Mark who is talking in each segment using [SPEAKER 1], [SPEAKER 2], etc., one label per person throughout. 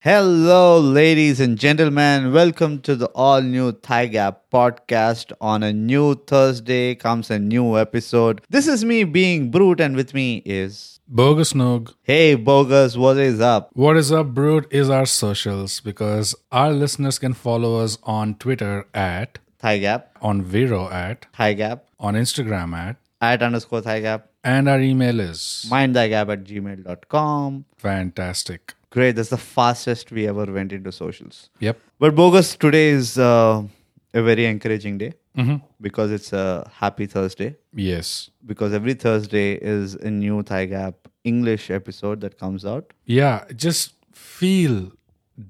[SPEAKER 1] Hello, ladies and gentlemen. Welcome to the all new Thigh Gap podcast. On a new Thursday comes a new episode. This is me being brute, and with me is.
[SPEAKER 2] Bogus Nog,
[SPEAKER 1] Hey, bogus, what is up?
[SPEAKER 2] what is up, Brute, is our socials because our listeners can follow us on Twitter at,
[SPEAKER 1] Thigh Gap,
[SPEAKER 2] on Vero at,
[SPEAKER 1] Thigh Gap,
[SPEAKER 2] on Instagram at,
[SPEAKER 1] at underscore Thigh Gap,
[SPEAKER 2] and our email is
[SPEAKER 1] mind Thigh Gap at gmail.com.
[SPEAKER 2] fantastic.
[SPEAKER 1] Great, that's the fastest we ever went into socials.
[SPEAKER 2] Yep.
[SPEAKER 1] But bogus, today is uh, a very encouraging day because it's a happy Thursday.
[SPEAKER 2] Yes.
[SPEAKER 1] because every Thursday is a new Thigh Gap English episode that comes out.
[SPEAKER 2] Yeah. Just feel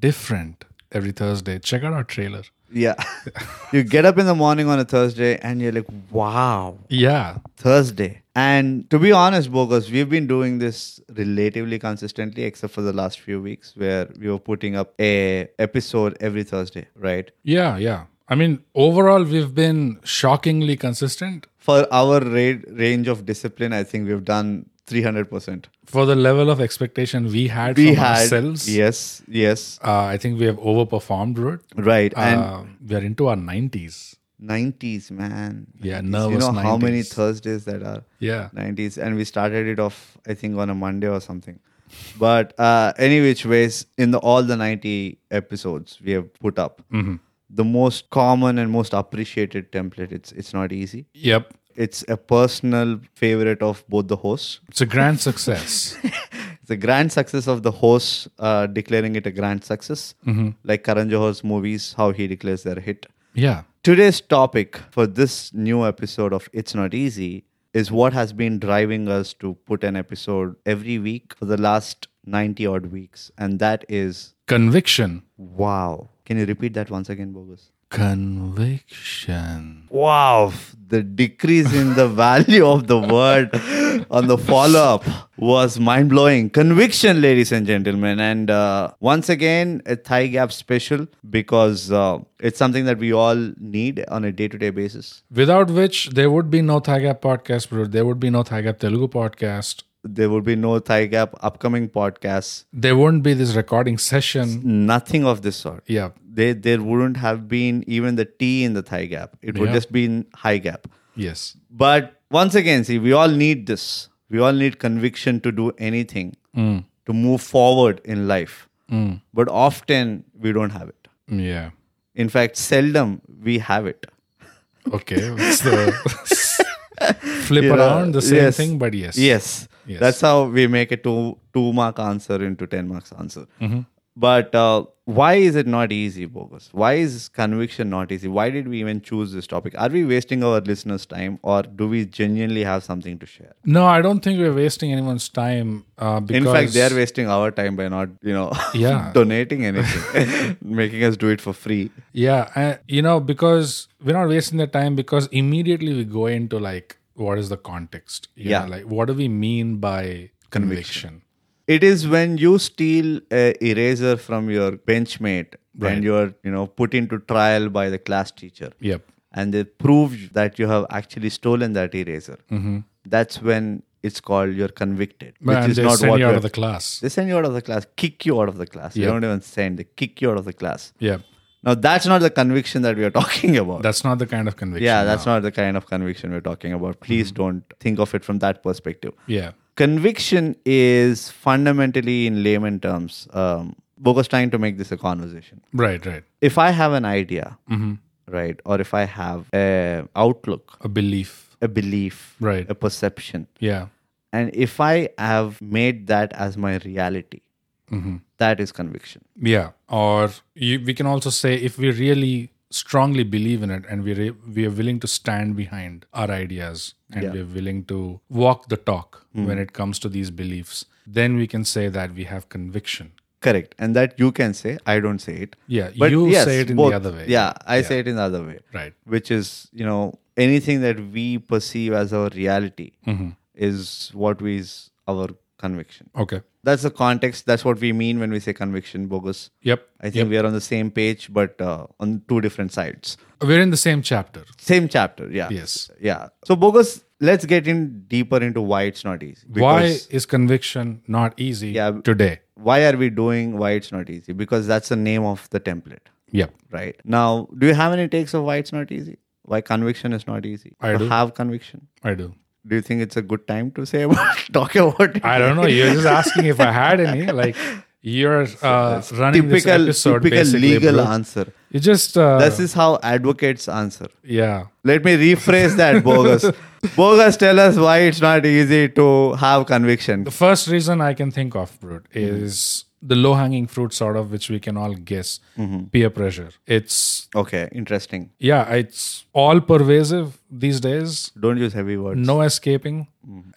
[SPEAKER 2] different every Thursday. Check out our trailer.
[SPEAKER 1] Yeah. you get up in the morning on a Thursday and you're like, wow,
[SPEAKER 2] Yeah.
[SPEAKER 1] Thursday. And to be honest, Bogus, we've been doing this relatively consistently, except for the last few weeks where we were putting up a episode every Thursday, right?
[SPEAKER 2] Yeah. Yeah. I mean, overall, we've been shockingly consistent
[SPEAKER 1] For our ra- range of discipline, I think we've done 300%.
[SPEAKER 2] for the level of expectation we had
[SPEAKER 1] We
[SPEAKER 2] from
[SPEAKER 1] had,
[SPEAKER 2] ourselves.
[SPEAKER 1] yes, yes,
[SPEAKER 2] Uh, I think we have overperformed, Brute.
[SPEAKER 1] right. and
[SPEAKER 2] uh, we are into our 90s
[SPEAKER 1] 90s, man.
[SPEAKER 2] Yeah,
[SPEAKER 1] 90s. You
[SPEAKER 2] nervous
[SPEAKER 1] know how many
[SPEAKER 2] 90s.
[SPEAKER 1] Thursdays that are
[SPEAKER 2] yeah
[SPEAKER 1] 90s, and we started it off, I think, on a Monday or something. But uh, any which ways, in the, all the 90 episodes we have put up,
[SPEAKER 2] Mm-hmm.
[SPEAKER 1] the most common and most appreciated template. It's it's not easy.
[SPEAKER 2] yep
[SPEAKER 1] It's a personal favorite of both the hosts.
[SPEAKER 2] it's a grand success
[SPEAKER 1] It's a grand success of the hosts uh, declaring it a grand success,
[SPEAKER 2] Mm-hmm.
[SPEAKER 1] like Karan Johar's movies, how he declares their hit.
[SPEAKER 2] yeah
[SPEAKER 1] Today's topic for this new episode of It's Not Easy is what has been driving us to put an episode every week for the last 90 odd weeks. And that is
[SPEAKER 2] conviction
[SPEAKER 1] wow. Can you repeat that once again, Bogus?
[SPEAKER 2] conviction
[SPEAKER 1] Wow. The decrease in the value of the word on the follow up was mind blowing. Conviction, ladies and gentlemen. And uh, once again, a thigh gap special because uh, it's something that we all need on a day to day basis.
[SPEAKER 2] without which there would be no thagap podcast bro there would be no thagap telugu podcast
[SPEAKER 1] there would be no thigh gap upcoming podcasts
[SPEAKER 2] there wouldn't be this recording session
[SPEAKER 1] nothing of this sort
[SPEAKER 2] yeah
[SPEAKER 1] they there wouldn't have been even the t in the thigh gap it would
[SPEAKER 2] Yeah.
[SPEAKER 1] just be in high gap
[SPEAKER 2] yes
[SPEAKER 1] but once again see we all need this we all need conviction to do anything to move forward in life but often we don't have it
[SPEAKER 2] yeah
[SPEAKER 1] in fact seldom we have it
[SPEAKER 2] okay what's the flip
[SPEAKER 1] You know,
[SPEAKER 2] around the same
[SPEAKER 1] yes.
[SPEAKER 2] thing but yes
[SPEAKER 1] Yes.
[SPEAKER 2] Yes.
[SPEAKER 1] That's how we make a two two mark answer into ten marks answer.
[SPEAKER 2] Mm-hmm.
[SPEAKER 1] But uh, why is it not easy, bogus? Why is conviction not easy? Why did we even choose this topic? Are we wasting our listeners' time, or do we genuinely have something to share?
[SPEAKER 2] no i don't think we're wasting anyone's time uh, because
[SPEAKER 1] In fact, they are wasting our time by not, you know,
[SPEAKER 2] Yeah.
[SPEAKER 1] donating anything, making us do it for free.
[SPEAKER 2] Yeah, I, you know, because we're not wasting the time because immediately we go into like, what is the context? You
[SPEAKER 1] Yeah.
[SPEAKER 2] know, like, what do we mean by conviction?
[SPEAKER 1] It is when you steal a eraser from your benchmate and
[SPEAKER 2] Right.
[SPEAKER 1] you are, you know, put into trial by the class teacher.
[SPEAKER 2] Yep.
[SPEAKER 1] and they prove that you have actually stolen that eraser,
[SPEAKER 2] Mm-hmm.
[SPEAKER 1] that's when it's called you're convicted,
[SPEAKER 2] and
[SPEAKER 1] which is
[SPEAKER 2] they
[SPEAKER 1] not
[SPEAKER 2] send
[SPEAKER 1] what
[SPEAKER 2] you out of
[SPEAKER 1] we're-
[SPEAKER 2] the class.
[SPEAKER 1] they send you out of the class, kick you out of the class. They
[SPEAKER 2] Yeah.
[SPEAKER 1] don't even send; they kick you out of the class.
[SPEAKER 2] Yep.
[SPEAKER 1] Now that's not the conviction that we are talking about.
[SPEAKER 2] That's not the kind of conviction.
[SPEAKER 1] yeah, that's not the kind of conviction we're talking about. Please
[SPEAKER 2] Mm-hmm.
[SPEAKER 1] don't think of it from that perspective.
[SPEAKER 2] Yeah.
[SPEAKER 1] Conviction is fundamentally, in layman terms, um, Bogus trying to make this a conversation.
[SPEAKER 2] Right, right.
[SPEAKER 1] If I have an idea,
[SPEAKER 2] Mm-hmm.
[SPEAKER 1] right, or if I have a outlook,
[SPEAKER 2] A belief.
[SPEAKER 1] a belief,
[SPEAKER 2] Right.
[SPEAKER 1] a perception.
[SPEAKER 2] Yeah.
[SPEAKER 1] And if I have made that as my reality,
[SPEAKER 2] Mm-hmm.
[SPEAKER 1] that is conviction.
[SPEAKER 2] Yeah. Or you, we can also say if we really strongly believe in it and we re, we are willing to stand behind our ideas and
[SPEAKER 1] Yeah. Hmm.
[SPEAKER 2] we're willing to walk the talk when it comes to these beliefs, then we can say that we have conviction.
[SPEAKER 1] Correct. And that you can say, I don't say it.
[SPEAKER 2] Yeah,
[SPEAKER 1] But
[SPEAKER 2] you
[SPEAKER 1] yes,
[SPEAKER 2] say it in
[SPEAKER 1] both.
[SPEAKER 2] the other way.
[SPEAKER 1] Yeah, I say it in the other way,
[SPEAKER 2] Right.
[SPEAKER 1] which is, you know, anything that we perceive as our reality
[SPEAKER 2] Mm-hmm.
[SPEAKER 1] is what we is our conviction.
[SPEAKER 2] Okay.
[SPEAKER 1] That's the context. That's what we mean when we say conviction, bogus.
[SPEAKER 2] Yep.
[SPEAKER 1] I think we are on the same page, but uh, on two different sides.
[SPEAKER 2] We're in the same chapter.
[SPEAKER 1] Same chapter. Yeah.
[SPEAKER 2] Yes.
[SPEAKER 1] Yeah. So bogus let's get in deeper into why it's not easy.
[SPEAKER 2] Why
[SPEAKER 1] Because-
[SPEAKER 2] is conviction not easy
[SPEAKER 1] Yeah.
[SPEAKER 2] today?
[SPEAKER 1] Why are we doing why it's not easy? Because that's the name of the template,
[SPEAKER 2] Yep.
[SPEAKER 1] right? Now, do you have any takes of why it's not easy? Why conviction is not easy?
[SPEAKER 2] I
[SPEAKER 1] to
[SPEAKER 2] do.
[SPEAKER 1] have conviction.
[SPEAKER 2] I do.
[SPEAKER 1] Do you think it's a good time to say about talk about it?
[SPEAKER 2] I don't know. You're just asking if I had any. Like you're uh, running this
[SPEAKER 1] typical
[SPEAKER 2] episode
[SPEAKER 1] typical
[SPEAKER 2] basically.
[SPEAKER 1] legal
[SPEAKER 2] bro.
[SPEAKER 1] answer.
[SPEAKER 2] You just uh,
[SPEAKER 1] This is how advocates answer.
[SPEAKER 2] yeah.
[SPEAKER 1] Let me rephrase that, bogus. bogus, tell us why it's not easy to have conviction.
[SPEAKER 2] The first reason I can think of, Brute, is the low hanging fruit, sort of, which we can all guess peer pressure. It's,
[SPEAKER 1] Okay, interesting.
[SPEAKER 2] yeah, it's all pervasive these days,
[SPEAKER 1] Don't use heavy words.
[SPEAKER 2] no escaping.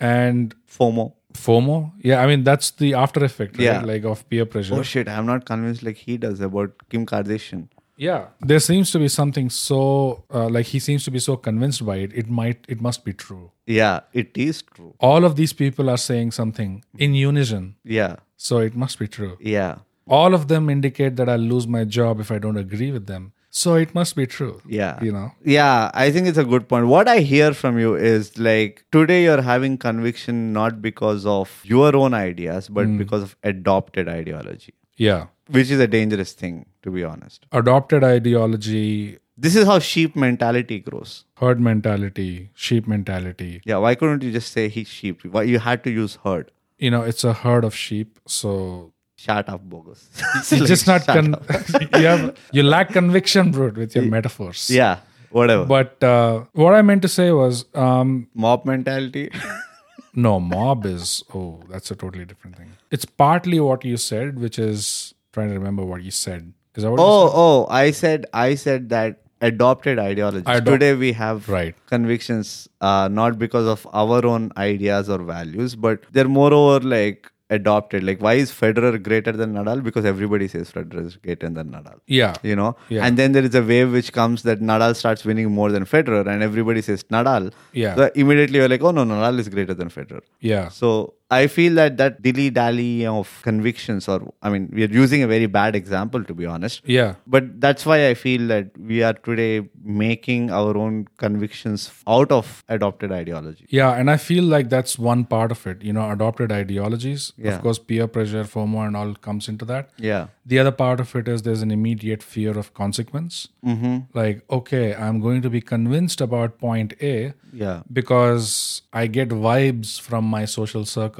[SPEAKER 2] And
[SPEAKER 1] FOMO.
[SPEAKER 2] FOMO, yeah, I mean, that's the after effect, right?
[SPEAKER 1] Yeah.
[SPEAKER 2] Like of peer pressure.
[SPEAKER 1] Oh shit, I'm not convinced like he does about Kim Kardashian.
[SPEAKER 2] yeah. There seems to be something so, uh, like, he seems to be so convinced by it, it might, it must be true.
[SPEAKER 1] Yeah, it is true.
[SPEAKER 2] All of these people are saying something in unison,
[SPEAKER 1] Yeah,
[SPEAKER 2] so it must be true.
[SPEAKER 1] yeah,
[SPEAKER 2] all of them indicate that I'll lose my job if I don't agree with them. So it must be true.
[SPEAKER 1] yeah.
[SPEAKER 2] You know?
[SPEAKER 1] Yeah, I think it's a good point. What I hear from you is like today you're having conviction not because of your own ideas, but because of adopted ideology,
[SPEAKER 2] Yeah.
[SPEAKER 1] which is a dangerous thing, to be honest.
[SPEAKER 2] Adopted ideology,
[SPEAKER 1] This is how sheep mentality grows.
[SPEAKER 2] herd mentality, sheep mentality.
[SPEAKER 1] Yeah, why couldn't you just say he's sheep? Why you had to use herd?
[SPEAKER 2] You know, it's a herd of sheep. So
[SPEAKER 1] Shut up, bogus. It's
[SPEAKER 2] it's
[SPEAKER 1] like,
[SPEAKER 2] just not.
[SPEAKER 1] shut
[SPEAKER 2] Con-
[SPEAKER 1] up.
[SPEAKER 2] you, have, you lack conviction, bro, with your metaphors.
[SPEAKER 1] Yeah, whatever.
[SPEAKER 2] But uh, what I meant to say was um,
[SPEAKER 1] Mob mentality.
[SPEAKER 2] No, mob is oh, that's a totally different thing. It's partly what you said, which is trying to remember what you said. Is that what? you
[SPEAKER 1] Oh, oh, I said I said that adopted ideologies.
[SPEAKER 2] Adopt-
[SPEAKER 1] Today we have
[SPEAKER 2] Right.
[SPEAKER 1] convictions uh, not because of our own ideas or values, but they're moreover like adopted. Like why is Federer greater than Nadal? Because everybody says Federer is greater than Nadal.
[SPEAKER 2] Yeah.
[SPEAKER 1] You know?
[SPEAKER 2] Yeah.
[SPEAKER 1] And then there is a wave which comes that Nadal starts winning more than Federer and everybody says Nadal.
[SPEAKER 2] Yeah.
[SPEAKER 1] So immediately you're like, oh no, Nadal is greater than Federer.
[SPEAKER 2] Yeah.
[SPEAKER 1] So I feel that that dilly dally of convictions, or I mean, we are using a very bad example to be honest.
[SPEAKER 2] Yeah.
[SPEAKER 1] But that's why I feel that we are today making our own convictions out of adopted ideology.
[SPEAKER 2] Yeah, and I feel like that's one part of it. You know, adopted ideologies.
[SPEAKER 1] Yeah.
[SPEAKER 2] Of course, peer pressure, FOMO, and all comes into that.
[SPEAKER 1] Yeah.
[SPEAKER 2] The other part of it is there's an immediate fear of consequence.
[SPEAKER 1] Mm.
[SPEAKER 2] Mm-hmm. Like, okay, I'm going to be convinced about point A
[SPEAKER 1] Yeah.
[SPEAKER 2] because I get vibes from my social circle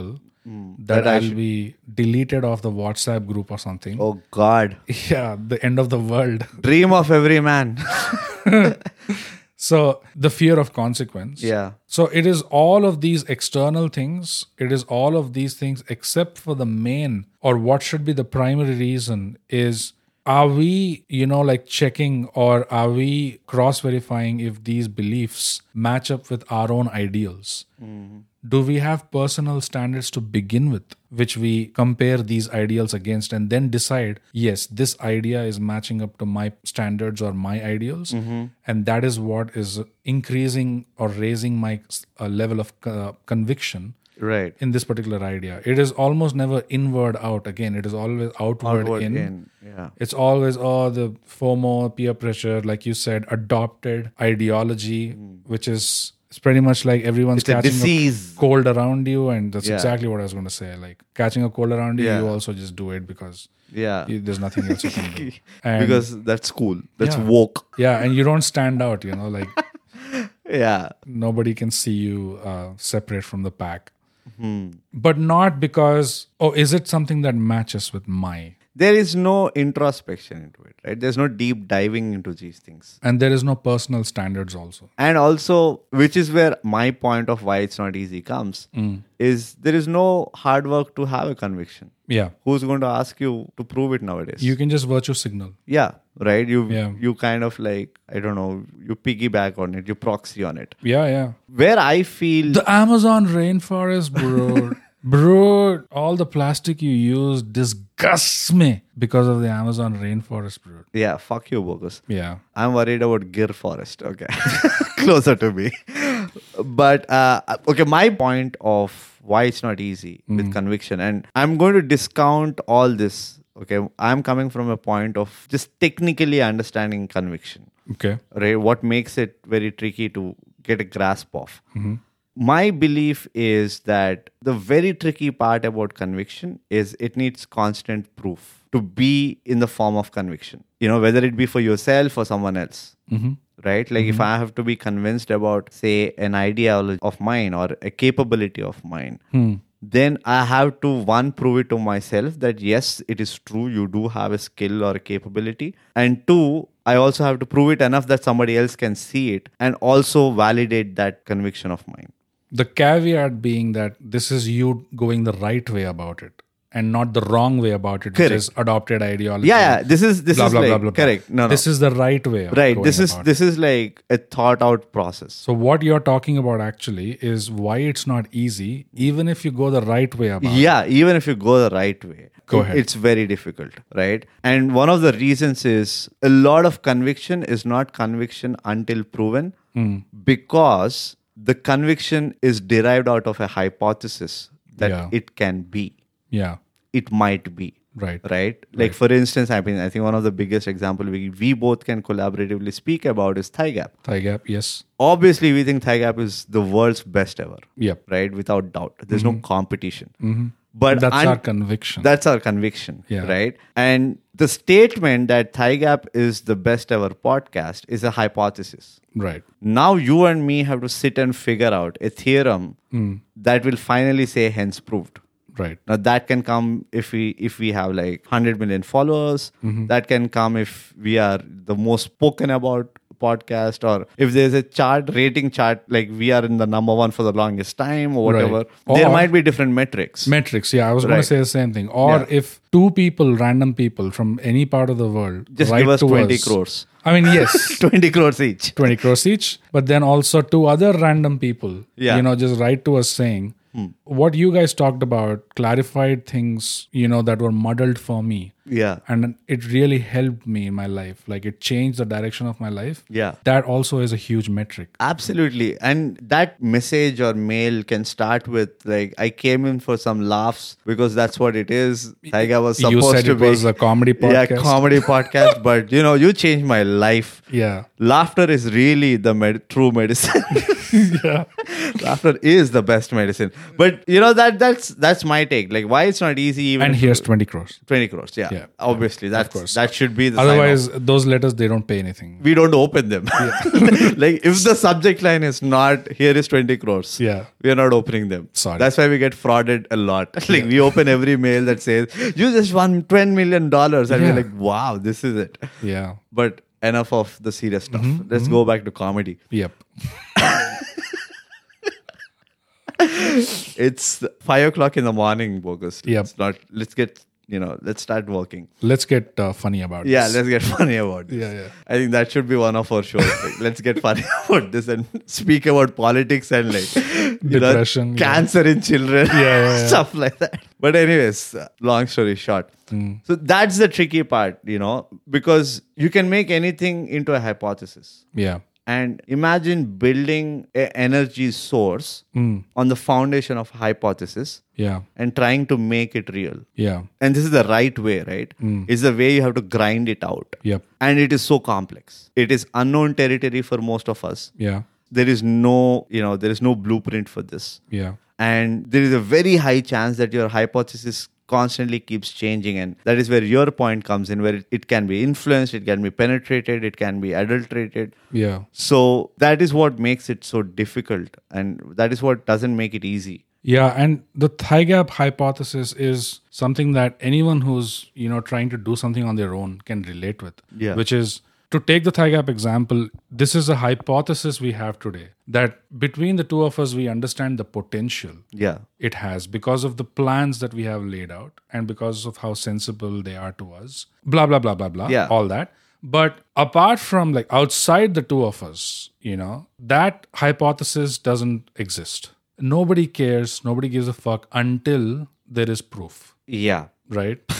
[SPEAKER 1] Mm.
[SPEAKER 2] that, I'll be deleted off the WhatsApp group or something.
[SPEAKER 1] Oh God.
[SPEAKER 2] Yeah, the end of the world.
[SPEAKER 1] Dream of every man.
[SPEAKER 2] So the fear of consequence.
[SPEAKER 1] yeah.
[SPEAKER 2] So it is all of these external things, it is all of these things except for the main or what should be the primary reason is are we, you know, like checking or are we cross verifying if these beliefs match up with our own ideals? Do we have personal standards to begin with, which we compare these ideals against and then decide, yes, this idea is matching up to my standards or my ideals?
[SPEAKER 1] Mm-hmm.
[SPEAKER 2] And that is what is increasing or raising my uh, level of uh, conviction
[SPEAKER 1] Right.
[SPEAKER 2] in this particular idea. It is almost never inward out again, it is always outward,
[SPEAKER 1] Outward
[SPEAKER 2] in.
[SPEAKER 1] in. Yeah.
[SPEAKER 2] It's always oh the FOMO, peer pressure, like you said, adopted ideology, which is it's pretty much like everyone's
[SPEAKER 1] Hmm. It's a
[SPEAKER 2] catching a
[SPEAKER 1] disease.
[SPEAKER 2] cold around you, and that's
[SPEAKER 1] Yeah.
[SPEAKER 2] exactly what I was going to say. Like catching a cold around you,
[SPEAKER 1] Yeah.
[SPEAKER 2] you also just do it because
[SPEAKER 1] Yeah.
[SPEAKER 2] you, there's nothing else you can do. And
[SPEAKER 1] because that's cool. That's
[SPEAKER 2] Yeah.
[SPEAKER 1] woke.
[SPEAKER 2] yeah, and you don't stand out. You know, like
[SPEAKER 1] Yeah.
[SPEAKER 2] nobody can see you uh, separate from the pack.
[SPEAKER 1] Hmm.
[SPEAKER 2] But not because oh, is it something that matches with my?
[SPEAKER 1] There is no introspection into it, right? There's no deep diving into these things.
[SPEAKER 2] And there is no personal standards also.
[SPEAKER 1] and also which is where my point of why it's not easy comes
[SPEAKER 2] Mm.
[SPEAKER 1] is there is no hard work to have a conviction
[SPEAKER 2] Yeah.
[SPEAKER 1] who's going to ask you to prove it nowadays
[SPEAKER 2] You can just virtue signal.
[SPEAKER 1] yeah right you
[SPEAKER 2] Yeah.
[SPEAKER 1] you kind of like i don't know you piggyback on it you proxy on it
[SPEAKER 2] Yeah, yeah.
[SPEAKER 1] where i feel
[SPEAKER 2] The Amazon rainforest, bro. bro, all the plastic you use disgusts me because of the Amazon rainforest, bro.
[SPEAKER 1] yeah fuck you bogus
[SPEAKER 2] Yeah.
[SPEAKER 1] i'm worried about gir forest okay closer to me but uh, okay my point of why it's not easy
[SPEAKER 2] Mm-hmm.
[SPEAKER 1] with conviction and i'm going to discount all this okay i'm coming from a point of just technically understanding conviction
[SPEAKER 2] Okay.
[SPEAKER 1] right what makes it very tricky to get a grasp of my belief is that the very tricky part about conviction is it needs constant proof to be in the form of conviction you know whether it be for yourself or someone else right like if i have to be convinced about say an ideology of mine or a capability of mine then i have to one prove it to myself that yes it is true you do have a skill or a capability and two i also have to prove it enough that somebody else can see it and also validate that conviction of mine
[SPEAKER 2] The caveat being that this is you going the right way about it and not the wrong way about it,
[SPEAKER 1] Correct.
[SPEAKER 2] which is adopted ideology.
[SPEAKER 1] yeah, yeah this is this
[SPEAKER 2] blah,
[SPEAKER 1] is
[SPEAKER 2] blah,
[SPEAKER 1] like,
[SPEAKER 2] blah, blah, blah.
[SPEAKER 1] correct no no
[SPEAKER 2] This is the right way. of
[SPEAKER 1] right
[SPEAKER 2] going
[SPEAKER 1] this is
[SPEAKER 2] about it.
[SPEAKER 1] this is like a thought out process
[SPEAKER 2] So what you're talking about actually is why it's not easy, even if you go the right way about it.
[SPEAKER 1] Yeah, even if you go the right way,
[SPEAKER 2] Go
[SPEAKER 1] it-
[SPEAKER 2] ahead.
[SPEAKER 1] it's very difficult, right? And one of the reasons is a lot of conviction is not conviction until proven
[SPEAKER 2] Hmm.
[SPEAKER 1] because the conviction is derived out of a hypothesis that
[SPEAKER 2] Yeah.
[SPEAKER 1] it can be,
[SPEAKER 2] Yeah.
[SPEAKER 1] it might be
[SPEAKER 2] Right.
[SPEAKER 1] right like for instance i mean i think one of the biggest example we, we both can collaboratively speak about is thigh gap
[SPEAKER 2] Thigh gap. Yes.
[SPEAKER 1] obviously we think thigh gap is the world's best ever
[SPEAKER 2] Yep.
[SPEAKER 1] right without doubt there's no competition but
[SPEAKER 2] Mm-hmm. That's
[SPEAKER 1] un-
[SPEAKER 2] our conviction.
[SPEAKER 1] that's our conviction,
[SPEAKER 2] Yeah.
[SPEAKER 1] right? And the statement that Thigh Gap is the best ever podcast is a hypothesis.
[SPEAKER 2] right.
[SPEAKER 1] Now you and me have to sit and figure out a theorem
[SPEAKER 2] Hmm.
[SPEAKER 1] that will finally say hence proved.
[SPEAKER 2] Right.
[SPEAKER 1] Now that can come if we if we have like 100 million followers.
[SPEAKER 2] Mm-hmm.
[SPEAKER 1] That can come if we are the most spoken about podcast or if there's a chart rating chart like we are in the number 1 for the longest time or
[SPEAKER 2] Right.
[SPEAKER 1] whatever. there
[SPEAKER 2] Or-
[SPEAKER 1] might be different metrics.
[SPEAKER 2] Metrics. Yeah, I was going
[SPEAKER 1] Right.
[SPEAKER 2] to say the same thing. Or if two people, random people from any part of the world,
[SPEAKER 1] Just
[SPEAKER 2] write
[SPEAKER 1] give us
[SPEAKER 2] to
[SPEAKER 1] 20
[SPEAKER 2] us-
[SPEAKER 1] crores.
[SPEAKER 2] I mean, yes,
[SPEAKER 1] 20 crores each.
[SPEAKER 2] 20 crores each. But then also two other random people,
[SPEAKER 1] Yeah. Hmm.
[SPEAKER 2] you know, just write to us saying what you guys talked about, clarified things, you know, that were muddled for me.
[SPEAKER 1] Yeah.
[SPEAKER 2] and it really helped me in my life like it changed the direction of my life
[SPEAKER 1] Yeah.
[SPEAKER 2] that also is a huge metric
[SPEAKER 1] Absolutely. And that message or mail can start with, like, I came in for some laughs because that's what it is. Tiger was supposed
[SPEAKER 2] you said
[SPEAKER 1] to
[SPEAKER 2] it
[SPEAKER 1] be
[SPEAKER 2] was a comedy
[SPEAKER 1] yeah,
[SPEAKER 2] podcast
[SPEAKER 1] comedy podcast, but you know, you changed my life.
[SPEAKER 2] yeah
[SPEAKER 1] Laughter is really the med- true medicine.
[SPEAKER 2] yeah
[SPEAKER 1] Laughter is the best medicine. But you know that that's that's my take. Like why it's not easy even
[SPEAKER 2] and
[SPEAKER 1] if-
[SPEAKER 2] here's 20 crores
[SPEAKER 1] 20 crores. Yeah.
[SPEAKER 2] Yeah.
[SPEAKER 1] Obviously that's
[SPEAKER 2] course.
[SPEAKER 1] that should be the sign off.
[SPEAKER 2] otherwise those letters they don't pay anything
[SPEAKER 1] we don't open them. like if the subject line is not here is 20 crores.
[SPEAKER 2] Yeah.
[SPEAKER 1] We are not opening them.
[SPEAKER 2] Sorry.
[SPEAKER 1] That's why we get frauded a lot. like we open every mail that says you just won 10 million dollars and
[SPEAKER 2] Yeah.
[SPEAKER 1] we're like wow, this is it.
[SPEAKER 2] yeah
[SPEAKER 1] But enough of the serious stuff.
[SPEAKER 2] Mm-hmm,
[SPEAKER 1] Let's go back to comedy.
[SPEAKER 2] yep
[SPEAKER 1] It's 5 o'clock in the morning, Bogus.
[SPEAKER 2] Yep.
[SPEAKER 1] It's not let's get you know, let's start working.
[SPEAKER 2] let's get uh, funny about
[SPEAKER 1] Yeah,
[SPEAKER 2] this.
[SPEAKER 1] let's get funny about this.
[SPEAKER 2] yeah yeah
[SPEAKER 1] I think that should be one of our shows. Like, let's get funny about this and speak about politics and like you know,
[SPEAKER 2] Depression, yeah.
[SPEAKER 1] cancer in children,
[SPEAKER 2] yeah, yeah.
[SPEAKER 1] stuff like that. But anyways, uh, long story short,
[SPEAKER 2] Hmm.
[SPEAKER 1] so that's the tricky part, you know, because you can make anything into a hypothesis.
[SPEAKER 2] yeah
[SPEAKER 1] And imagine building an energy source
[SPEAKER 2] Hmm.
[SPEAKER 1] on the foundation of hypothesis
[SPEAKER 2] yeah
[SPEAKER 1] and trying to make it real.
[SPEAKER 2] yeah
[SPEAKER 1] And this is the right way, right?
[SPEAKER 2] Hmm.
[SPEAKER 1] It's the way you have to grind it out
[SPEAKER 2] yep
[SPEAKER 1] and it is so complex it is unknown territory for most of us
[SPEAKER 2] yeah
[SPEAKER 1] there is no you know there is no blueprint for this
[SPEAKER 2] yeah
[SPEAKER 1] and there is a very high chance that your hypothesis constantly keeps changing and that is where your point comes in where it, it can be influenced it can be penetrated it can be adulterated
[SPEAKER 2] yeah
[SPEAKER 1] so that is what makes it so difficult and that is what doesn't make it easy
[SPEAKER 2] Yeah, and the thigh gap hypothesis is something that anyone who's you know trying to do something on their own can relate with.
[SPEAKER 1] Yeah.
[SPEAKER 2] which is to take the thigh gap example. This is a hypothesis we have today that between the two of us we understand the potential
[SPEAKER 1] yeah
[SPEAKER 2] it has because of the plans that we have laid out and because of how sensible they are to us. Blah blah blah blah blah.
[SPEAKER 1] Yeah.
[SPEAKER 2] all that. But apart from like outside the two of us, you know, that hypothesis doesn't exist. Nobody cares, nobody gives a fuck until there is proof,
[SPEAKER 1] yeah
[SPEAKER 2] right?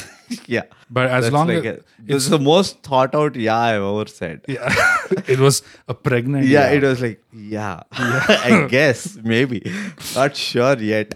[SPEAKER 1] yeah
[SPEAKER 2] But as
[SPEAKER 1] That's
[SPEAKER 2] long
[SPEAKER 1] like
[SPEAKER 2] as
[SPEAKER 1] a- this is the most thought out yeah i've ever said
[SPEAKER 2] it was a pregnant
[SPEAKER 1] yeah,
[SPEAKER 2] yeah.
[SPEAKER 1] it was like, yeah, I guess, maybe. Not sure yet.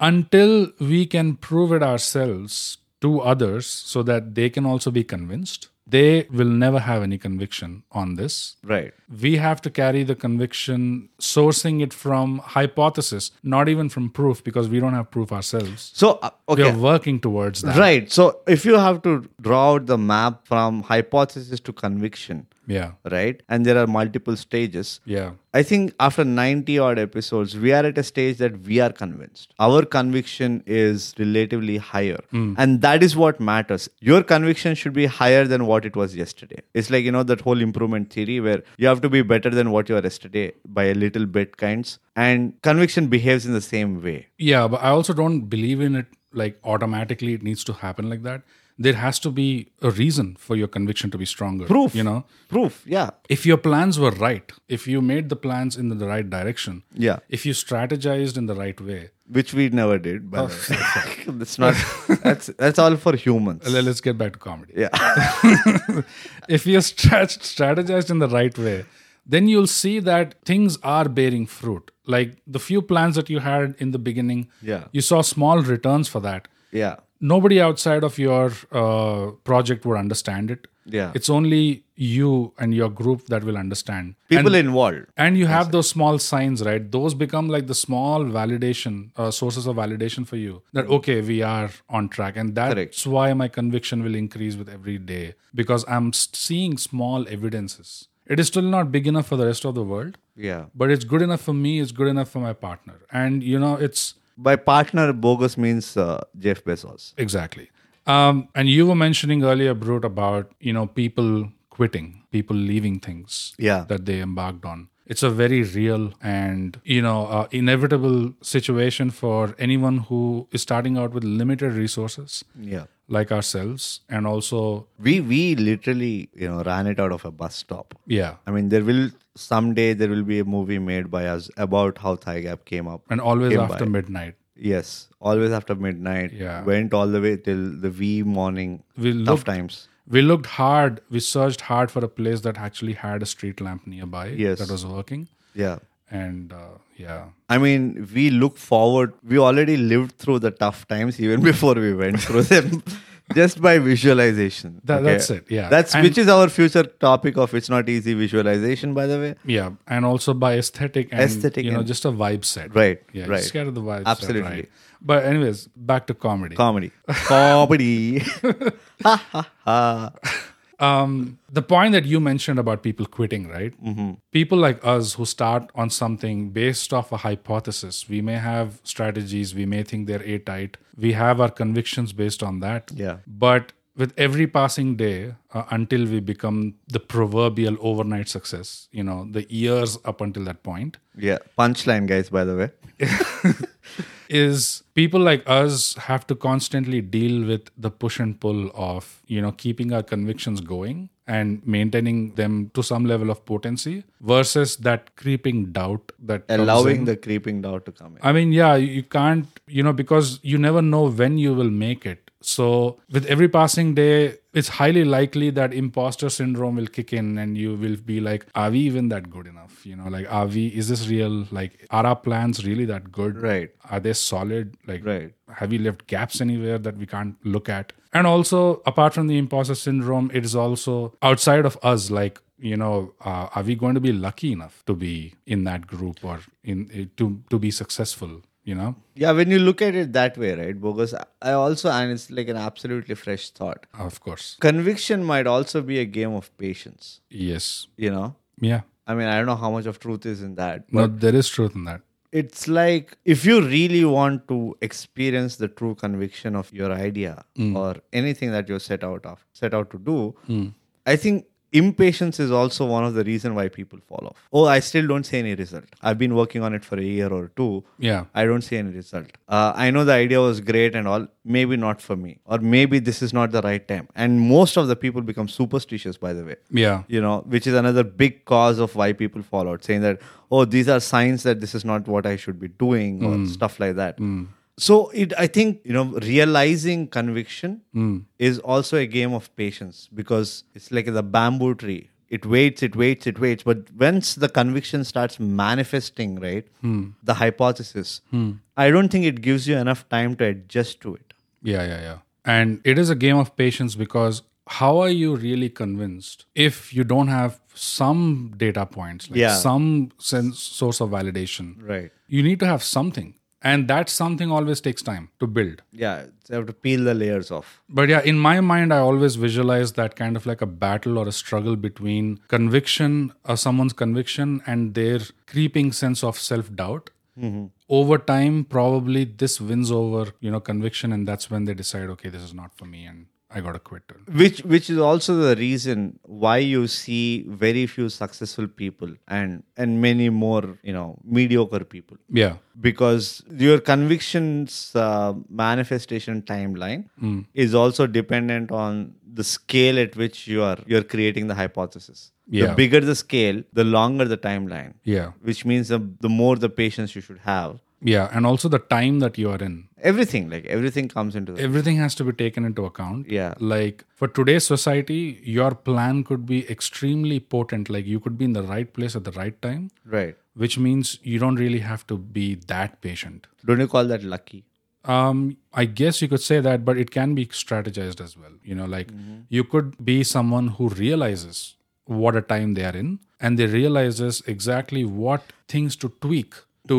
[SPEAKER 2] until we can prove it ourselves to others so that they can also be convinced they will never have any conviction on this
[SPEAKER 1] Right.
[SPEAKER 2] we have to carry the conviction sourcing it from hypothesis not even from proof because we don't have proof ourselves
[SPEAKER 1] So, uh,
[SPEAKER 2] we
[SPEAKER 1] okay.
[SPEAKER 2] are working towards that
[SPEAKER 1] Right. So, if you have to draw out the map from hypothesis to conviction,
[SPEAKER 2] yeah
[SPEAKER 1] right? And there are multiple stages.
[SPEAKER 2] yeah
[SPEAKER 1] I think after 90 odd episodes, we are at a stage that we are convinced. Our conviction is relatively higher.
[SPEAKER 2] Hmm.
[SPEAKER 1] And that is what matters. Your conviction should be higher than what it was yesterday. It's like, you know, that whole improvement theory where you have to be better than what you were yesterday by a little bit, kinds. And conviction behaves in the same way.
[SPEAKER 2] yeah but i also don't believe in it like automatically it needs to happen like that there has to be a reason for your conviction to be stronger
[SPEAKER 1] Proof.
[SPEAKER 2] you know
[SPEAKER 1] Proof. Yeah.
[SPEAKER 2] if your plans were right if you made the plans in the right direction
[SPEAKER 1] Yeah.
[SPEAKER 2] if you strategized in the right way
[SPEAKER 1] Which we never did.
[SPEAKER 2] Oh.
[SPEAKER 1] But that's not, that's, that's all for humans.
[SPEAKER 2] Let- let's get back to comedy
[SPEAKER 1] Yeah.
[SPEAKER 2] if you're strat- strategized in the right way, then you'll see that things are bearing fruit. Like the few plans that you had in the beginning,
[SPEAKER 1] Yeah.
[SPEAKER 2] you saw small returns for that.
[SPEAKER 1] Yeah.
[SPEAKER 2] Nobody outside of your uh, project would understand it.
[SPEAKER 1] Yeah.
[SPEAKER 2] It's only you and your group that will understand.
[SPEAKER 1] People involved.
[SPEAKER 2] And you have those small signs, right? Those become like the small validation uh, sources of validation for you that okay, we are on track, and that's
[SPEAKER 1] Correct.
[SPEAKER 2] why my conviction will increase with every day because I'm s- seeing small evidences. It is still not big enough for the rest of the world,
[SPEAKER 1] Yeah.
[SPEAKER 2] but it's good enough for me. It's good enough for my partner, and you know, it's
[SPEAKER 1] By partner, bogus means uh, Jeff Bezos.
[SPEAKER 2] Exactly. Um, and you were mentioning earlier, Brute, about you know people quitting, people leaving things
[SPEAKER 1] Yeah.
[SPEAKER 2] that they embarked on. It's a very real and you know uh, inevitable situation for anyone who is starting out with limited resources,
[SPEAKER 1] Yeah.
[SPEAKER 2] like ourselves, and also
[SPEAKER 1] We we literally you know ran it out of a bus stop.
[SPEAKER 2] yeah,
[SPEAKER 1] I mean, there will someday there will be a movie made by us about how Thigh Gap came up.
[SPEAKER 2] and always
[SPEAKER 1] Came
[SPEAKER 2] after midnight.
[SPEAKER 1] Yes, always after midnight.
[SPEAKER 2] Yeah.
[SPEAKER 1] went all the way till the wee morning.
[SPEAKER 2] We
[SPEAKER 1] Tough
[SPEAKER 2] looked,
[SPEAKER 1] times.
[SPEAKER 2] we looked hard, we searched hard for a place that actually had a street lamp nearby
[SPEAKER 1] Yes.
[SPEAKER 2] that was working,
[SPEAKER 1] Yeah.
[SPEAKER 2] and uh, yeah,
[SPEAKER 1] I mean, we look forward. We already lived through the tough times even before we went through them, just by visualization.
[SPEAKER 2] Tha- that's it, yeah.
[SPEAKER 1] that's
[SPEAKER 2] And-
[SPEAKER 1] which is our future topic of it's not easy visualization. By the way,
[SPEAKER 2] Yeah, and also by aesthetic and
[SPEAKER 1] Aesthetic
[SPEAKER 2] you know
[SPEAKER 1] and-
[SPEAKER 2] just a vibe set.
[SPEAKER 1] Right,
[SPEAKER 2] Yeah,
[SPEAKER 1] right.
[SPEAKER 2] just get the vibe
[SPEAKER 1] Absolutely.
[SPEAKER 2] set. right. But anyways, back to comedy.
[SPEAKER 1] comedy, comedy.
[SPEAKER 2] um the point that you mentioned about people quitting, right? Mm-hmm. People like us who start on something based off a hypothesis. We may have strategies, we may think they're A tight. We have our convictions based on that.
[SPEAKER 1] Yeah.
[SPEAKER 2] But with every passing day, uh, until we become the proverbial overnight success, you know, the years up until that point,
[SPEAKER 1] Yeah, punchline, guys. By the way,
[SPEAKER 2] is people like us have to constantly deal with the push and pull of you know keeping our convictions going and maintaining them to some level of potency versus that creeping doubt that comes
[SPEAKER 1] allowing
[SPEAKER 2] in.
[SPEAKER 1] the creeping doubt to come in.
[SPEAKER 2] i mean yeah you you can't you know because you never know when you will make it so with every passing day it's highly likely that imposter syndrome will kick in and you will be like are we even that good enough you know like are we is this real like are our plans really that good
[SPEAKER 1] Right,
[SPEAKER 2] are they solid like
[SPEAKER 1] right.
[SPEAKER 2] have we left gaps anywhere that we can't look at and also apart from the imposter syndrome it is also outside of us like you know uh, are we going to be lucky enough to be in that group or in eh, to to be successful you know
[SPEAKER 1] Yeah, when you look at it that way, right, bogus. I- I also, and it's like an absolutely fresh thought.
[SPEAKER 2] of course
[SPEAKER 1] Conviction might also be a game of patience.
[SPEAKER 2] yes
[SPEAKER 1] You know,
[SPEAKER 2] yeah
[SPEAKER 1] I mean, I don't know how much of truth is in that.
[SPEAKER 2] no there is truth in that
[SPEAKER 1] It's like if you really want to experience the true conviction of your idea or anything that you set out of set out to do, I think impatience is also one of the reason why people fall off. Oh, I still don't see any result. I've been working on it for a year or two.
[SPEAKER 2] yeah
[SPEAKER 1] I don't see any result. Uh, I know the idea was great and all. Maybe not for me, or maybe this is not the right time. And most of the people become superstitious, by the way
[SPEAKER 2] yeah
[SPEAKER 1] you know, which is another big cause of why people fall out, saying that, oh, these are signs that this is not what I should be doing or stuff like that. So it, I think, you know, realizing conviction is also a game of patience because it's like the bamboo tree. It waits, it waits, it waits. But once the conviction starts manifesting, right, the hypothesis, I don't think it gives you enough time to adjust to it.
[SPEAKER 2] Yeah, yeah, yeah. And it is a game of patience because how are you really convinced if you don't have some data points, like
[SPEAKER 1] Yeah.
[SPEAKER 2] some sense, source of validation?
[SPEAKER 1] Right.
[SPEAKER 2] You need to have something. And that something always takes time to build.
[SPEAKER 1] Yeah. You have to peel the layers off.
[SPEAKER 2] But yeah, in my mind, I always visualize that kind of like a battle or a struggle between conviction, uh, someone's conviction, and their creeping sense of self doubt. Over time, probably this wins over, you know, conviction, and that's when they decide, okay, this is not for me, and I gotta quit.
[SPEAKER 1] Which which is also the reason why you see very few successful people and and many more, you know, mediocre people.
[SPEAKER 2] Yeah,
[SPEAKER 1] because your convictions uh, manifestation timeline is also dependent on the scale at which you are you're creating the hypothesis
[SPEAKER 2] Yeah.
[SPEAKER 1] the bigger the scale the longer the timeline
[SPEAKER 2] yeah,
[SPEAKER 1] which means the, the more the patience you should have
[SPEAKER 2] yeah, and also the time that you are in.
[SPEAKER 1] everything like everything comes into the
[SPEAKER 2] Everything has to be taken into account.
[SPEAKER 1] Yeah.
[SPEAKER 2] Like for today's society, your plan could be extremely potent. Like you could be in the right place at the right time.
[SPEAKER 1] right
[SPEAKER 2] which means you don't really have to be that patient.
[SPEAKER 1] don't you call that lucky
[SPEAKER 2] Um, I guess you could say that, but it can be strategized as well. You know, like
[SPEAKER 1] Mm-hmm.
[SPEAKER 2] you could be someone who realizes what a time they are in and they realizes exactly what things to tweak to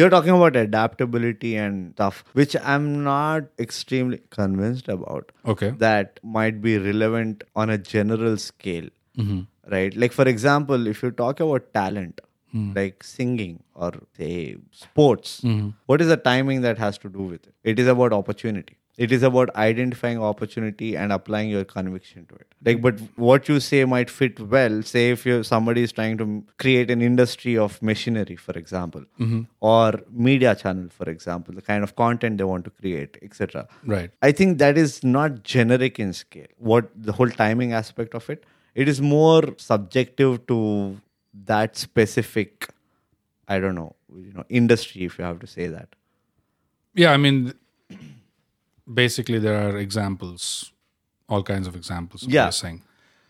[SPEAKER 1] you're talking about adaptability and stuff which i'm not extremely convinced about
[SPEAKER 2] okay
[SPEAKER 1] that might be relevant on a general scale
[SPEAKER 2] mm-hmm,
[SPEAKER 1] right like for example if you talk about talent like singing or say sports what is the timing that has to do with it it is about opportunity it is about identifying opportunity and applying your conviction to it like but what you say might fit well say if you somebody is trying to m- create an industry of machinery for example or media channel for example the kind of content they want to create etc
[SPEAKER 2] right
[SPEAKER 1] I think that is not generic in scale. What the whole timing aspect of it, it is more subjective to that specific. I don't know, you know, industry if you have to say that.
[SPEAKER 2] yeah i mean basically there are examples all kinds of examples of
[SPEAKER 1] Yeah.
[SPEAKER 2] this thing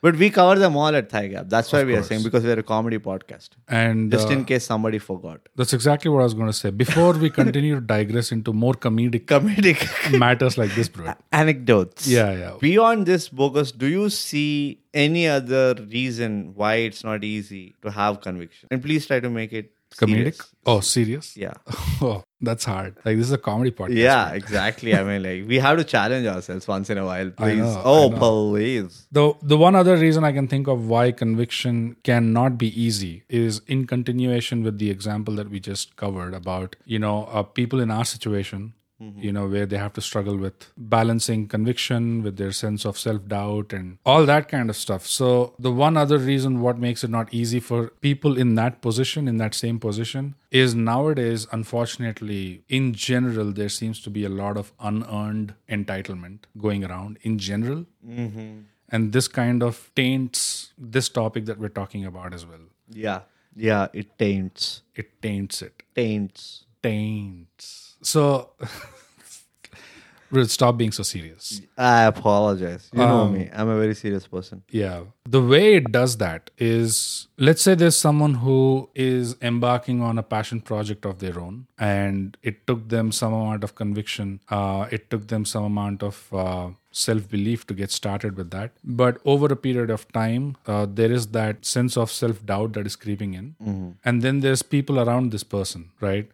[SPEAKER 1] But we cover them all at Thigh Gap. That's why we are saying because we are a comedy podcast.
[SPEAKER 2] and
[SPEAKER 1] Just
[SPEAKER 2] uh,
[SPEAKER 1] in case somebody forgot.
[SPEAKER 2] that's exactly what i was going to say before we continue to digress into more comedic
[SPEAKER 1] Comedic
[SPEAKER 2] matters like this bro
[SPEAKER 1] anecdotes.
[SPEAKER 2] Yeah, yeah.
[SPEAKER 1] Beyond this, Bogus, do you see any other reason why it's not easy to have conviction? And please try to make it
[SPEAKER 2] comedic
[SPEAKER 1] serious.
[SPEAKER 2] oh serious
[SPEAKER 1] Yeah.
[SPEAKER 2] oh that's hard like this is a comedy podcast
[SPEAKER 1] Yeah, exactly. I mean, like we have to challenge ourselves once in a while, please.
[SPEAKER 2] know,
[SPEAKER 1] oh,
[SPEAKER 2] I
[SPEAKER 1] please.
[SPEAKER 2] the the one other reason i can think of why conviction cannot be easy is in continuation with the example that we just covered about you know uh, people in our situation you know where they have to struggle with balancing conviction with their sense of self doubt and all that kind of stuff so the one other reason what makes it not easy for people in that position in that same position is nowadays unfortunately in general there seems to be a lot of unearned entitlement going around in general and this kind of taints this topic that we're talking about as well
[SPEAKER 1] Yeah, yeah. It taints,
[SPEAKER 2] it taints it
[SPEAKER 1] taints.
[SPEAKER 2] taints so Ruth, stop being so serious
[SPEAKER 1] I apologize. You
[SPEAKER 2] Um,
[SPEAKER 1] know me. I'm a very serious person.
[SPEAKER 2] yeah the way it does that is let's say there's someone who is embarking on a passion project of their own and it took them some amount of conviction uh, it took them some amount of uh, self-belief to get started with that but over a period of time uh, there is that sense of self-doubt that is creeping in and then there's people around this person right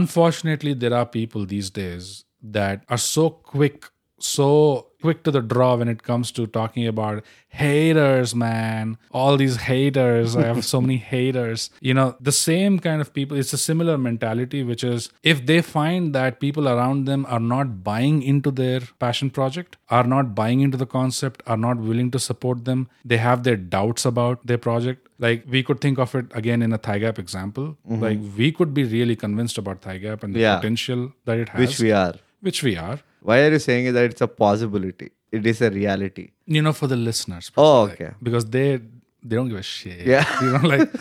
[SPEAKER 2] unfortunately there are people these days that are so quick so quick to the draw when it comes to talking about haters man all these haters i have so many haters you know the same kind of people it's a similar mentality which is if they find that people around them are not buying into their passion project are not buying into the concept are not willing to support them they have their doubts about their project like we could think of it again in a thigh gap example like we could be really convinced about thigh gap and the
[SPEAKER 1] Mm-hmm. Yeah.
[SPEAKER 2] potential that it has
[SPEAKER 1] Which we are.
[SPEAKER 2] which we are
[SPEAKER 1] Why are you saying that it's a possibility? It is a reality.
[SPEAKER 2] you know for the listeners
[SPEAKER 1] Oh, okay.
[SPEAKER 2] because they they don't give a shit
[SPEAKER 1] Yeah.
[SPEAKER 2] you know like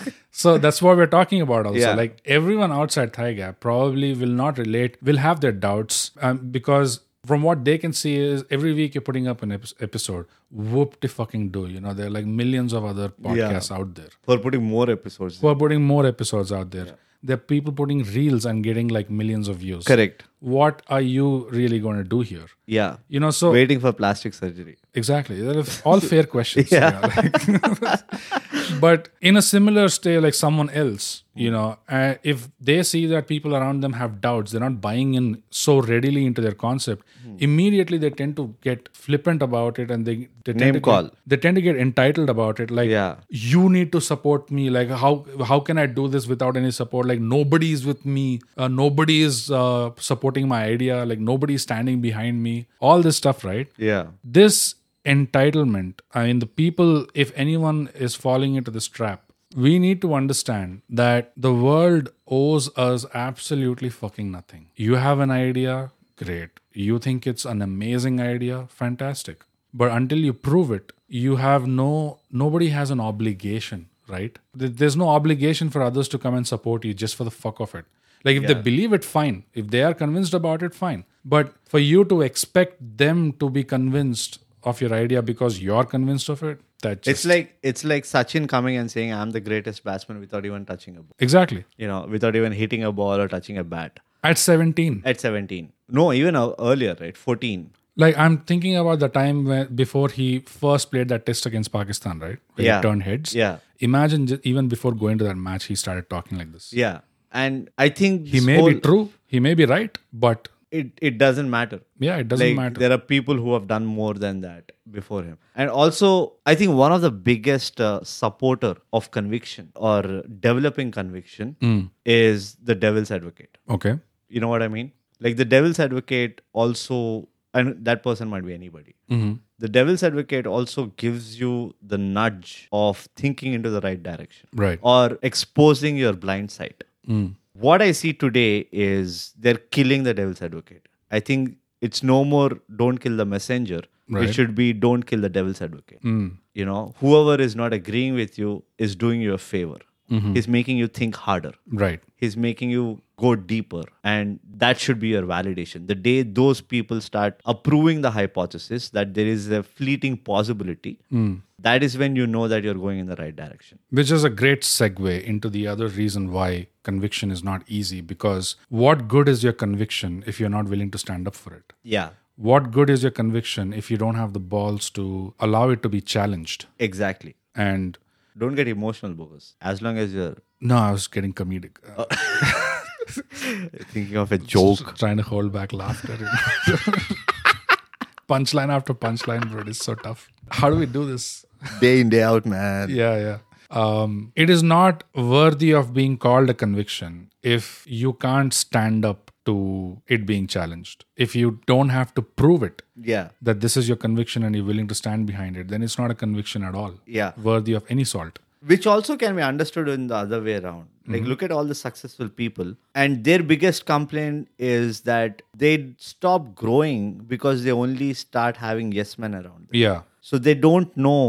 [SPEAKER 2] so that's what we're talking about also
[SPEAKER 1] Yeah.
[SPEAKER 2] like everyone outside thigh gap probably will not relate will have their doubts um, because from what they can see is every week you're putting up an ep- episode whoop de fucking do you know there are like millions of other podcasts out there
[SPEAKER 1] For putting more episodes.
[SPEAKER 2] who are putting more episodes out there There are people putting reels and getting like millions of views.
[SPEAKER 1] Correct.
[SPEAKER 2] What are you really going to do here?
[SPEAKER 1] Yeah.
[SPEAKER 2] You know, so
[SPEAKER 1] Waiting for plastic surgery.
[SPEAKER 2] Exactly. They're all fair questions. yeah, like- but in a similar stay, like someone else, you know, uh, if they see that people around them have doubts, they're not buying in so readily into their concept,
[SPEAKER 1] Hmm.
[SPEAKER 2] immediately they tend to get flippant about it and they, they tend
[SPEAKER 1] Name
[SPEAKER 2] to get-
[SPEAKER 1] call.
[SPEAKER 2] they tend to get entitled about it. Like,
[SPEAKER 1] Yeah.
[SPEAKER 2] you need to support me like how how can i do this without any support like nobody is with me uh, nobody is uh, supporting my idea like nobody is standing behind me all this stuff right
[SPEAKER 1] Yeah.
[SPEAKER 2] this entitlement i mean the people if anyone is falling into this trap we need to understand that the world owes us absolutely fucking nothing you have an idea great you think it's an amazing idea fantastic but until you prove it you have no nobody has an obligation right There- there's no obligation for others to come and support you just for the fuck of it like if they believe it, fine. If they are convinced about it, fine. But for you to expect them to be convinced of your idea because you're convinced of it, that's just,
[SPEAKER 1] It's like it's like Sachin coming and saying, I'm the greatest batsman without even touching a ball.
[SPEAKER 2] exactly
[SPEAKER 1] You know, without even hitting a ball or touching a bat.
[SPEAKER 2] at 17.
[SPEAKER 1] At 17. No, even uh, earlier, right? 14.
[SPEAKER 2] Like I'm thinking about the time when, before he first played that test against Pakistan, right? Where
[SPEAKER 1] Yeah.
[SPEAKER 2] He turned heads.
[SPEAKER 1] Yeah.
[SPEAKER 2] Imagine ju- even before going to that match, he started talking like this.
[SPEAKER 1] Yeah. And I think
[SPEAKER 2] He may be true. He may be right, but
[SPEAKER 1] it, it doesn't matter.
[SPEAKER 2] yeah, it doesn't
[SPEAKER 1] like,
[SPEAKER 2] matter.
[SPEAKER 1] There are people who have done more than that before him. And also, I think one of the biggest uh, supporter of conviction or developing conviction is the devil's advocate.
[SPEAKER 2] Mm, Okay.
[SPEAKER 1] You know what I mean? Like the devil's advocate also, and that person might be anybody.
[SPEAKER 2] Mm-hmm.
[SPEAKER 1] The devil's advocate also gives you the nudge of thinking into the right direction
[SPEAKER 2] Right. Mm,
[SPEAKER 1] or exposing your blind side. What I see today is they're killing the devil's advocate. I think it's no more don't kill the messenger. It
[SPEAKER 2] Right.
[SPEAKER 1] should be don't kill the devil's advocate. You know, whoever is not agreeing with you is doing you a favor. He's making you think harder.
[SPEAKER 2] Right.
[SPEAKER 1] He's making you go deeper. And that should be your validation. The day those people start approving the hypothesis that there is a fleeting possibility, that is when you know that you're going in the right direction.
[SPEAKER 2] Which is a great segue into the other reason why conviction is not easy because what good is your conviction if you're not willing to stand up for it?
[SPEAKER 1] Yeah.
[SPEAKER 2] What good is your conviction if you don't have the balls to allow it to be challenged?
[SPEAKER 1] Exactly.
[SPEAKER 2] And
[SPEAKER 1] Don't get emotional, bogus. As long as you're
[SPEAKER 2] no, I was getting comedic. Uh,
[SPEAKER 1] thinking of a joke.
[SPEAKER 2] Trying to hold back laughter. you know. punchline after punchline, bro. It is so tough. How do we do this?
[SPEAKER 1] Day in, day out, man.
[SPEAKER 2] yeah yeah um, it is not worthy of being called a conviction if you can't stand up to it being challenged if you don't have to prove it
[SPEAKER 1] Yeah.
[SPEAKER 2] that this is your conviction and you're willing to stand behind it then it's not a conviction at all
[SPEAKER 1] Yeah.
[SPEAKER 2] worthy of any salt
[SPEAKER 1] Which also can be understood in the other way around. Like, look at all the successful people, and their biggest complaint is that they stop growing because they only start having yes men around them.
[SPEAKER 2] yeah
[SPEAKER 1] So they don't know,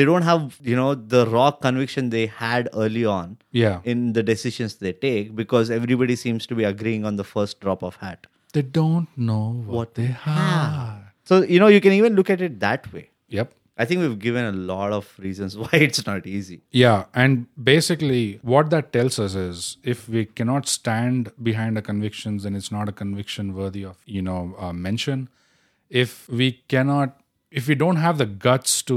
[SPEAKER 1] they don't have, you know, the raw conviction they had early on
[SPEAKER 2] yeah
[SPEAKER 1] in the decisions they take because everybody seems to be agreeing on the first drop of hat.
[SPEAKER 2] they don't know what, they have
[SPEAKER 1] So, you know, you can even look at it that way.
[SPEAKER 2] yep
[SPEAKER 1] I think we've given a lot of reasons why it's not easy.
[SPEAKER 2] Yeah, and basically, what that tells us is if we cannot stand behind a conviction, then it's not a conviction worthy of you know uh, mention. If we cannot, if we don't have the guts to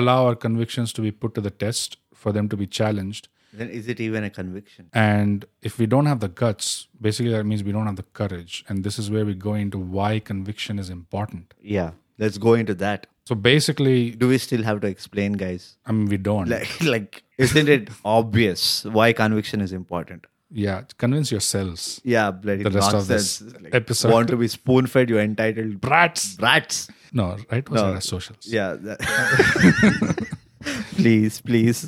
[SPEAKER 2] allow our convictions to be put to the test for them to be challenged,
[SPEAKER 1] Then is it even a conviction?
[SPEAKER 2] and if we don't have the guts, basically that means we don't have the courage, and this is where we go into why conviction is important.
[SPEAKER 1] Yeah. Let's go into that.
[SPEAKER 2] So basically,
[SPEAKER 1] Do we still have to explain, guys?
[SPEAKER 2] I mean, we don't.
[SPEAKER 1] Like, like isn't it obvious why conviction is important?
[SPEAKER 2] yeah, convince yourselves,
[SPEAKER 1] Yeah, bloody
[SPEAKER 2] The rest of
[SPEAKER 1] nonsense.
[SPEAKER 2] this
[SPEAKER 1] Like,
[SPEAKER 2] episode.
[SPEAKER 1] Want to be spoon fed, you're entitled
[SPEAKER 2] brats.
[SPEAKER 1] brats.
[SPEAKER 2] No, right? Was no. socials?
[SPEAKER 1] Yeah. that- please, please.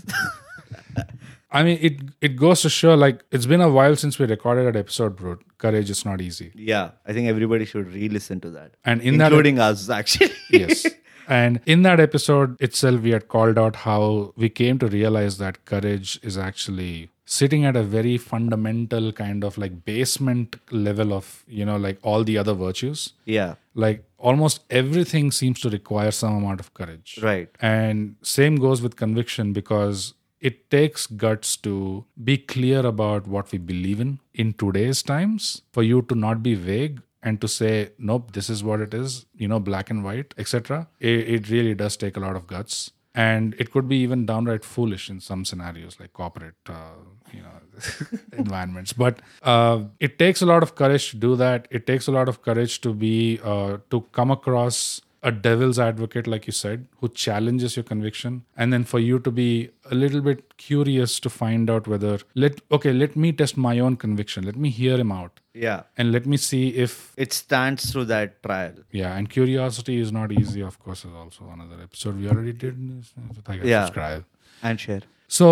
[SPEAKER 2] I mean, it it goes to show like it's been a while since we recorded an episode, bro. Courage is not easy,
[SPEAKER 1] Yeah. I think everybody should re listen to that.
[SPEAKER 2] and in
[SPEAKER 1] Including us, actually.
[SPEAKER 2] that yes, and in that episode itself, we had called out how we came to realize that courage is actually sitting at a very fundamental kind of like basement level of you know like all the other virtues.
[SPEAKER 1] yeah.
[SPEAKER 2] Like almost everything seems to require some amount of courage.
[SPEAKER 1] Right.
[SPEAKER 2] And same goes with conviction because it takes guts to be clear about what we believe in in today's times for you to not be vague and to say nope this is what it is you know black and white etc it, it really does take a lot of guts and it could be even downright foolish in some scenarios like corporate uh, you know environments but uh, it takes a lot of courage to do that it takes a lot of courage to be uh, to come across a devil's advocate like you said who challenges your conviction and then for you to be a little bit curious to find out whether let okay let me test my own conviction let me hear him out
[SPEAKER 1] Yeah.
[SPEAKER 2] and let me see if
[SPEAKER 1] It stands through that trial.
[SPEAKER 2] yeah and curiosity is not easy of course is also another episode we already did this I gotta
[SPEAKER 1] Yeah.
[SPEAKER 2] subscribe
[SPEAKER 1] And share.
[SPEAKER 2] so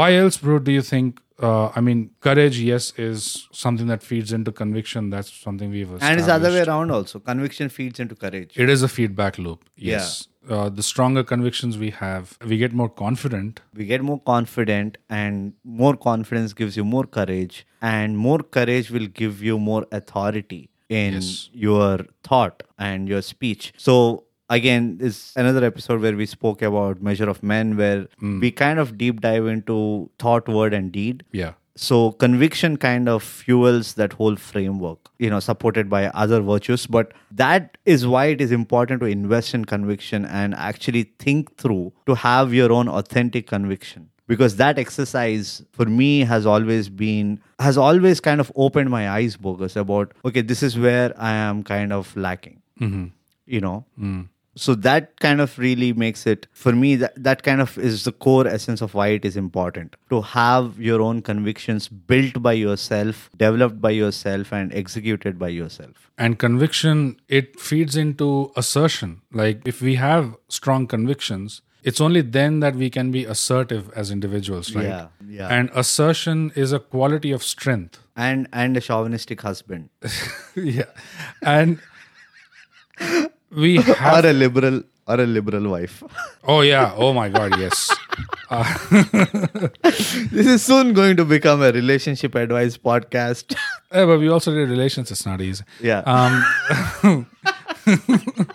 [SPEAKER 2] why else bro do you think uh, I mean, courage, yes, is something that feeds into conviction. That's something we've
[SPEAKER 1] And it's the other
[SPEAKER 2] established.
[SPEAKER 1] way around also. Conviction feeds into courage.
[SPEAKER 2] It is a feedback loop. Yes. Uh, the stronger convictions we have, we get more confident.
[SPEAKER 1] we get more confident and more confidence gives you more courage and more courage will give you more authority in
[SPEAKER 2] Yes.
[SPEAKER 1] your thought and your speech so again is another episode where we spoke about measure of men where we kind of deep dive into thought word and deed
[SPEAKER 2] Yeah.
[SPEAKER 1] so conviction kind of fuels that whole framework you know supported by other virtues but that is why it is important to invest in conviction and actually think through to have your own authentic conviction because that exercise for me has always been has always kind of opened my eyes bogus about okay this is where i am kind of lacking you know so that kind of really makes it for me that, that kind of is the core essence of why it is important to have your own convictions built by yourself developed by yourself and executed by yourself
[SPEAKER 2] And conviction, it feeds into assertion. Like if we have strong convictions, it's only then that we can be assertive as individuals, right?
[SPEAKER 1] Yeah, yeah.
[SPEAKER 2] And assertion is a quality of strength.
[SPEAKER 1] and and a chauvinistic husband
[SPEAKER 2] yeah. And we have
[SPEAKER 1] or a liberal or a liberal wife
[SPEAKER 2] oh yeah. Oh my god, yes.
[SPEAKER 1] this is soon going to become a relationship advice podcast Uh,
[SPEAKER 2] Yeah, Eh, but we also did relations, it's not easy.
[SPEAKER 1] yeah
[SPEAKER 2] Um,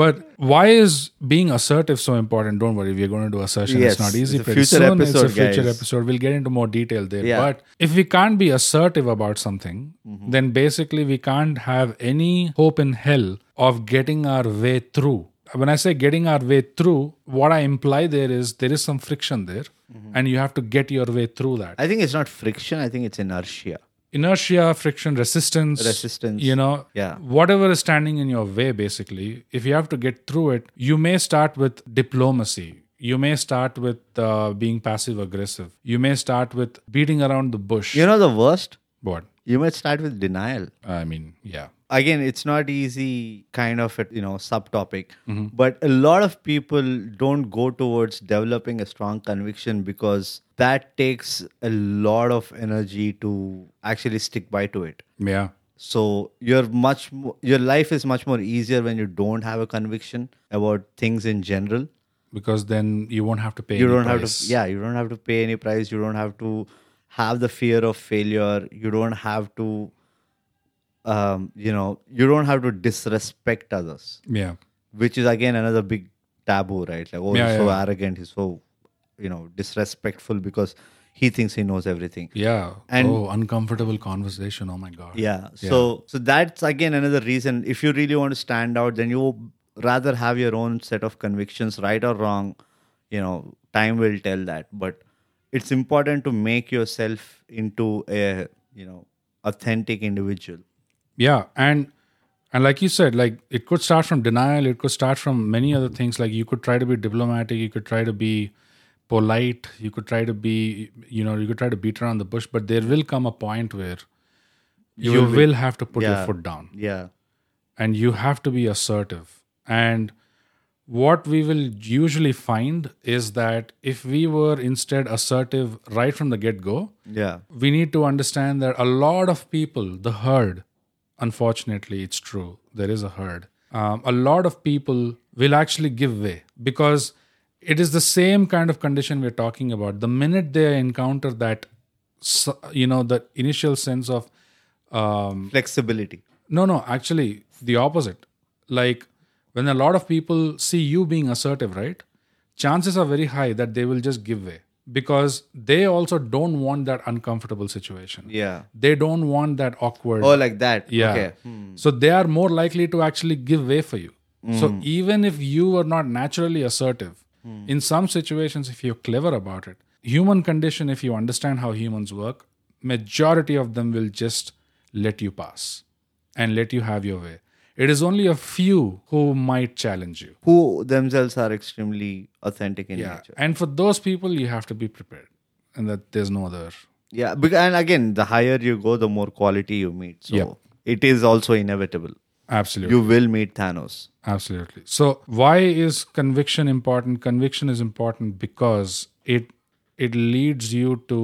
[SPEAKER 2] But why is being assertive so important? Don't worry, we're going to do assertion.
[SPEAKER 1] Yes,
[SPEAKER 2] it's not easy.
[SPEAKER 1] it's a
[SPEAKER 2] pretty
[SPEAKER 1] future
[SPEAKER 2] soon.
[SPEAKER 1] episode,
[SPEAKER 2] it's a future
[SPEAKER 1] guys.
[SPEAKER 2] episode. We'll get into more detail there.
[SPEAKER 1] Yeah. Mm-hmm.
[SPEAKER 2] But if we can't be assertive about something, then basically we can't have any hope in hell of getting our way through. When I say getting our way through, what I imply there is there is some friction there,
[SPEAKER 1] Mm-hmm.
[SPEAKER 2] and you have to get your way through that
[SPEAKER 1] i think it's not friction i think it's inertia
[SPEAKER 2] inertia, friction, resistance,
[SPEAKER 1] Resistance.
[SPEAKER 2] You know,
[SPEAKER 1] Yeah.
[SPEAKER 2] whatever is standing in your way, basically. If you have to get through it, you may start with diplomacy. You may start with uh, being passive aggressive. You may start with beating around the bush.
[SPEAKER 1] you know the worst
[SPEAKER 2] What?
[SPEAKER 1] you might start with denial
[SPEAKER 2] I mean, yeah.
[SPEAKER 1] again it's not easy kind of a you know subtopic but a lot of people don't go towards developing a strong conviction because that takes a lot of energy to actually stick by to it
[SPEAKER 2] Yeah.
[SPEAKER 1] so you're much mo- your life is much more easier when you don't have a conviction about things in general
[SPEAKER 2] Because then you won't have to pay.
[SPEAKER 1] you
[SPEAKER 2] any
[SPEAKER 1] don't have
[SPEAKER 2] price.
[SPEAKER 1] to yeah you don't have to pay any price you don't have to have the fear of failure you don't have to um, you know you don't have to disrespect others
[SPEAKER 2] Yeah.
[SPEAKER 1] which is again another big taboo, right? Like, oh,
[SPEAKER 2] Yeah,
[SPEAKER 1] he's so
[SPEAKER 2] yeah.
[SPEAKER 1] arrogant, he's so, you know, disrespectful because he thinks he knows everything.
[SPEAKER 2] Yeah.
[SPEAKER 1] And-
[SPEAKER 2] oh, uncomfortable conversation. Oh my God.
[SPEAKER 1] Yeah. So, so that's again another reason. If you really want to stand out, then you rather have your own set of convictions, right or wrong. You know, time will tell that, but it's important to make yourself into a you know authentic individual.
[SPEAKER 2] yeah and and like you said like it could start from denial it could start from many other things like you could try to be diplomatic you could try to be polite you could try to be you know you could try to beat around the bush but there will come a point where you, will, have to put your
[SPEAKER 1] Yeah.
[SPEAKER 2] foot down
[SPEAKER 1] Yeah.
[SPEAKER 2] and you have to be assertive and what we will usually find is that if we were instead assertive right from the get go
[SPEAKER 1] Yeah.
[SPEAKER 2] we need to understand that a lot of people, the herd, unfortunately, it's true, there is a herd. Um, a lot of people will actually give way because it is the same kind of condition we're talking about. The minute they encounter that, s- you know, the initial sense of, um,
[SPEAKER 1] Flexibility.
[SPEAKER 2] no, no, actually, the opposite. Like when a lot of people see you being assertive, right? chances are very high that they will just give way because they also don't want that uncomfortable situation.
[SPEAKER 1] Yeah.
[SPEAKER 2] They don't want that awkward.
[SPEAKER 1] Oh, like that.
[SPEAKER 2] Yeah.
[SPEAKER 1] Okay.
[SPEAKER 2] So they are more likely to actually give way for you. So even if you are not naturally assertive, in some situations, if you're clever about it, human condition, if you understand how humans work, majority of them will just let you pass and let you have your way. It is only a few who might challenge you.
[SPEAKER 1] Who themselves are extremely authentic in
[SPEAKER 2] Yeah.
[SPEAKER 1] nature.
[SPEAKER 2] And for those people, you have to be prepared. And that there's no other.
[SPEAKER 1] Yeah. bec- And again, the higher you go, the more quality you meet. So
[SPEAKER 2] Yep.
[SPEAKER 1] it is also inevitable.
[SPEAKER 2] Absolutely.
[SPEAKER 1] You will meet Thanos.
[SPEAKER 2] Absolutely. So why is conviction important? Conviction is important because it it leads you to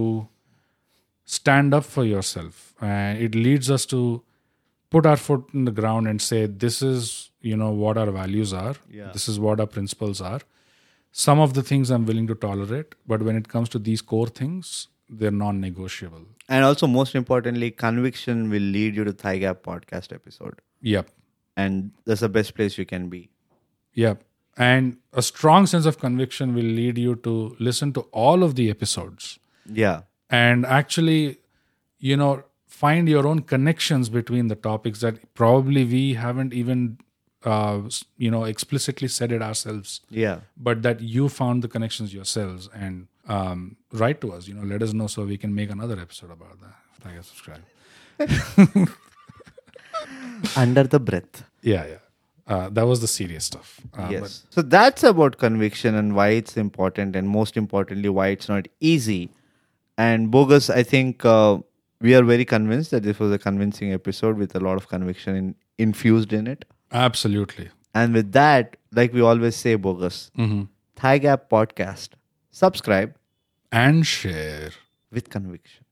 [SPEAKER 2] stand up for yourself. And it leads us to put our foot in the ground and say, this is, you know, what our values are. This is what our principles are. Some of the things I'm willing to tolerate, but when it comes to these core things, they're non negotiable.
[SPEAKER 1] And also, most importantly, conviction will lead you to Thigh Gap podcast episode.
[SPEAKER 2] Yep.
[SPEAKER 1] And that's the best place you can be.
[SPEAKER 2] Yeah. And a strong sense of conviction will lead you to listen to all of the episodes
[SPEAKER 1] Yeah.
[SPEAKER 2] and actually, you know, find your own connections between the topics that probably we haven't even, uh, s- you know, explicitly said it ourselves,
[SPEAKER 1] Yeah.
[SPEAKER 2] but that you found the connections yourselves and um, write to us, you know, let us know so we can make another episode about that. Like and subscribe.
[SPEAKER 1] Under the breath.
[SPEAKER 2] Yeah, yeah. Uh, that was the serious stuff. Uh,
[SPEAKER 1] Yes. So that's about conviction and why it's important, and most importantly, why it's not easy. And bogus, I think uh, we are very convinced that this was a convincing episode with a lot of conviction in, infused in it.
[SPEAKER 2] but absolutely.
[SPEAKER 1] And with that, like we always say, bogus, Thigh Gap Podcast, subscribe
[SPEAKER 2] And share.
[SPEAKER 1] with conviction.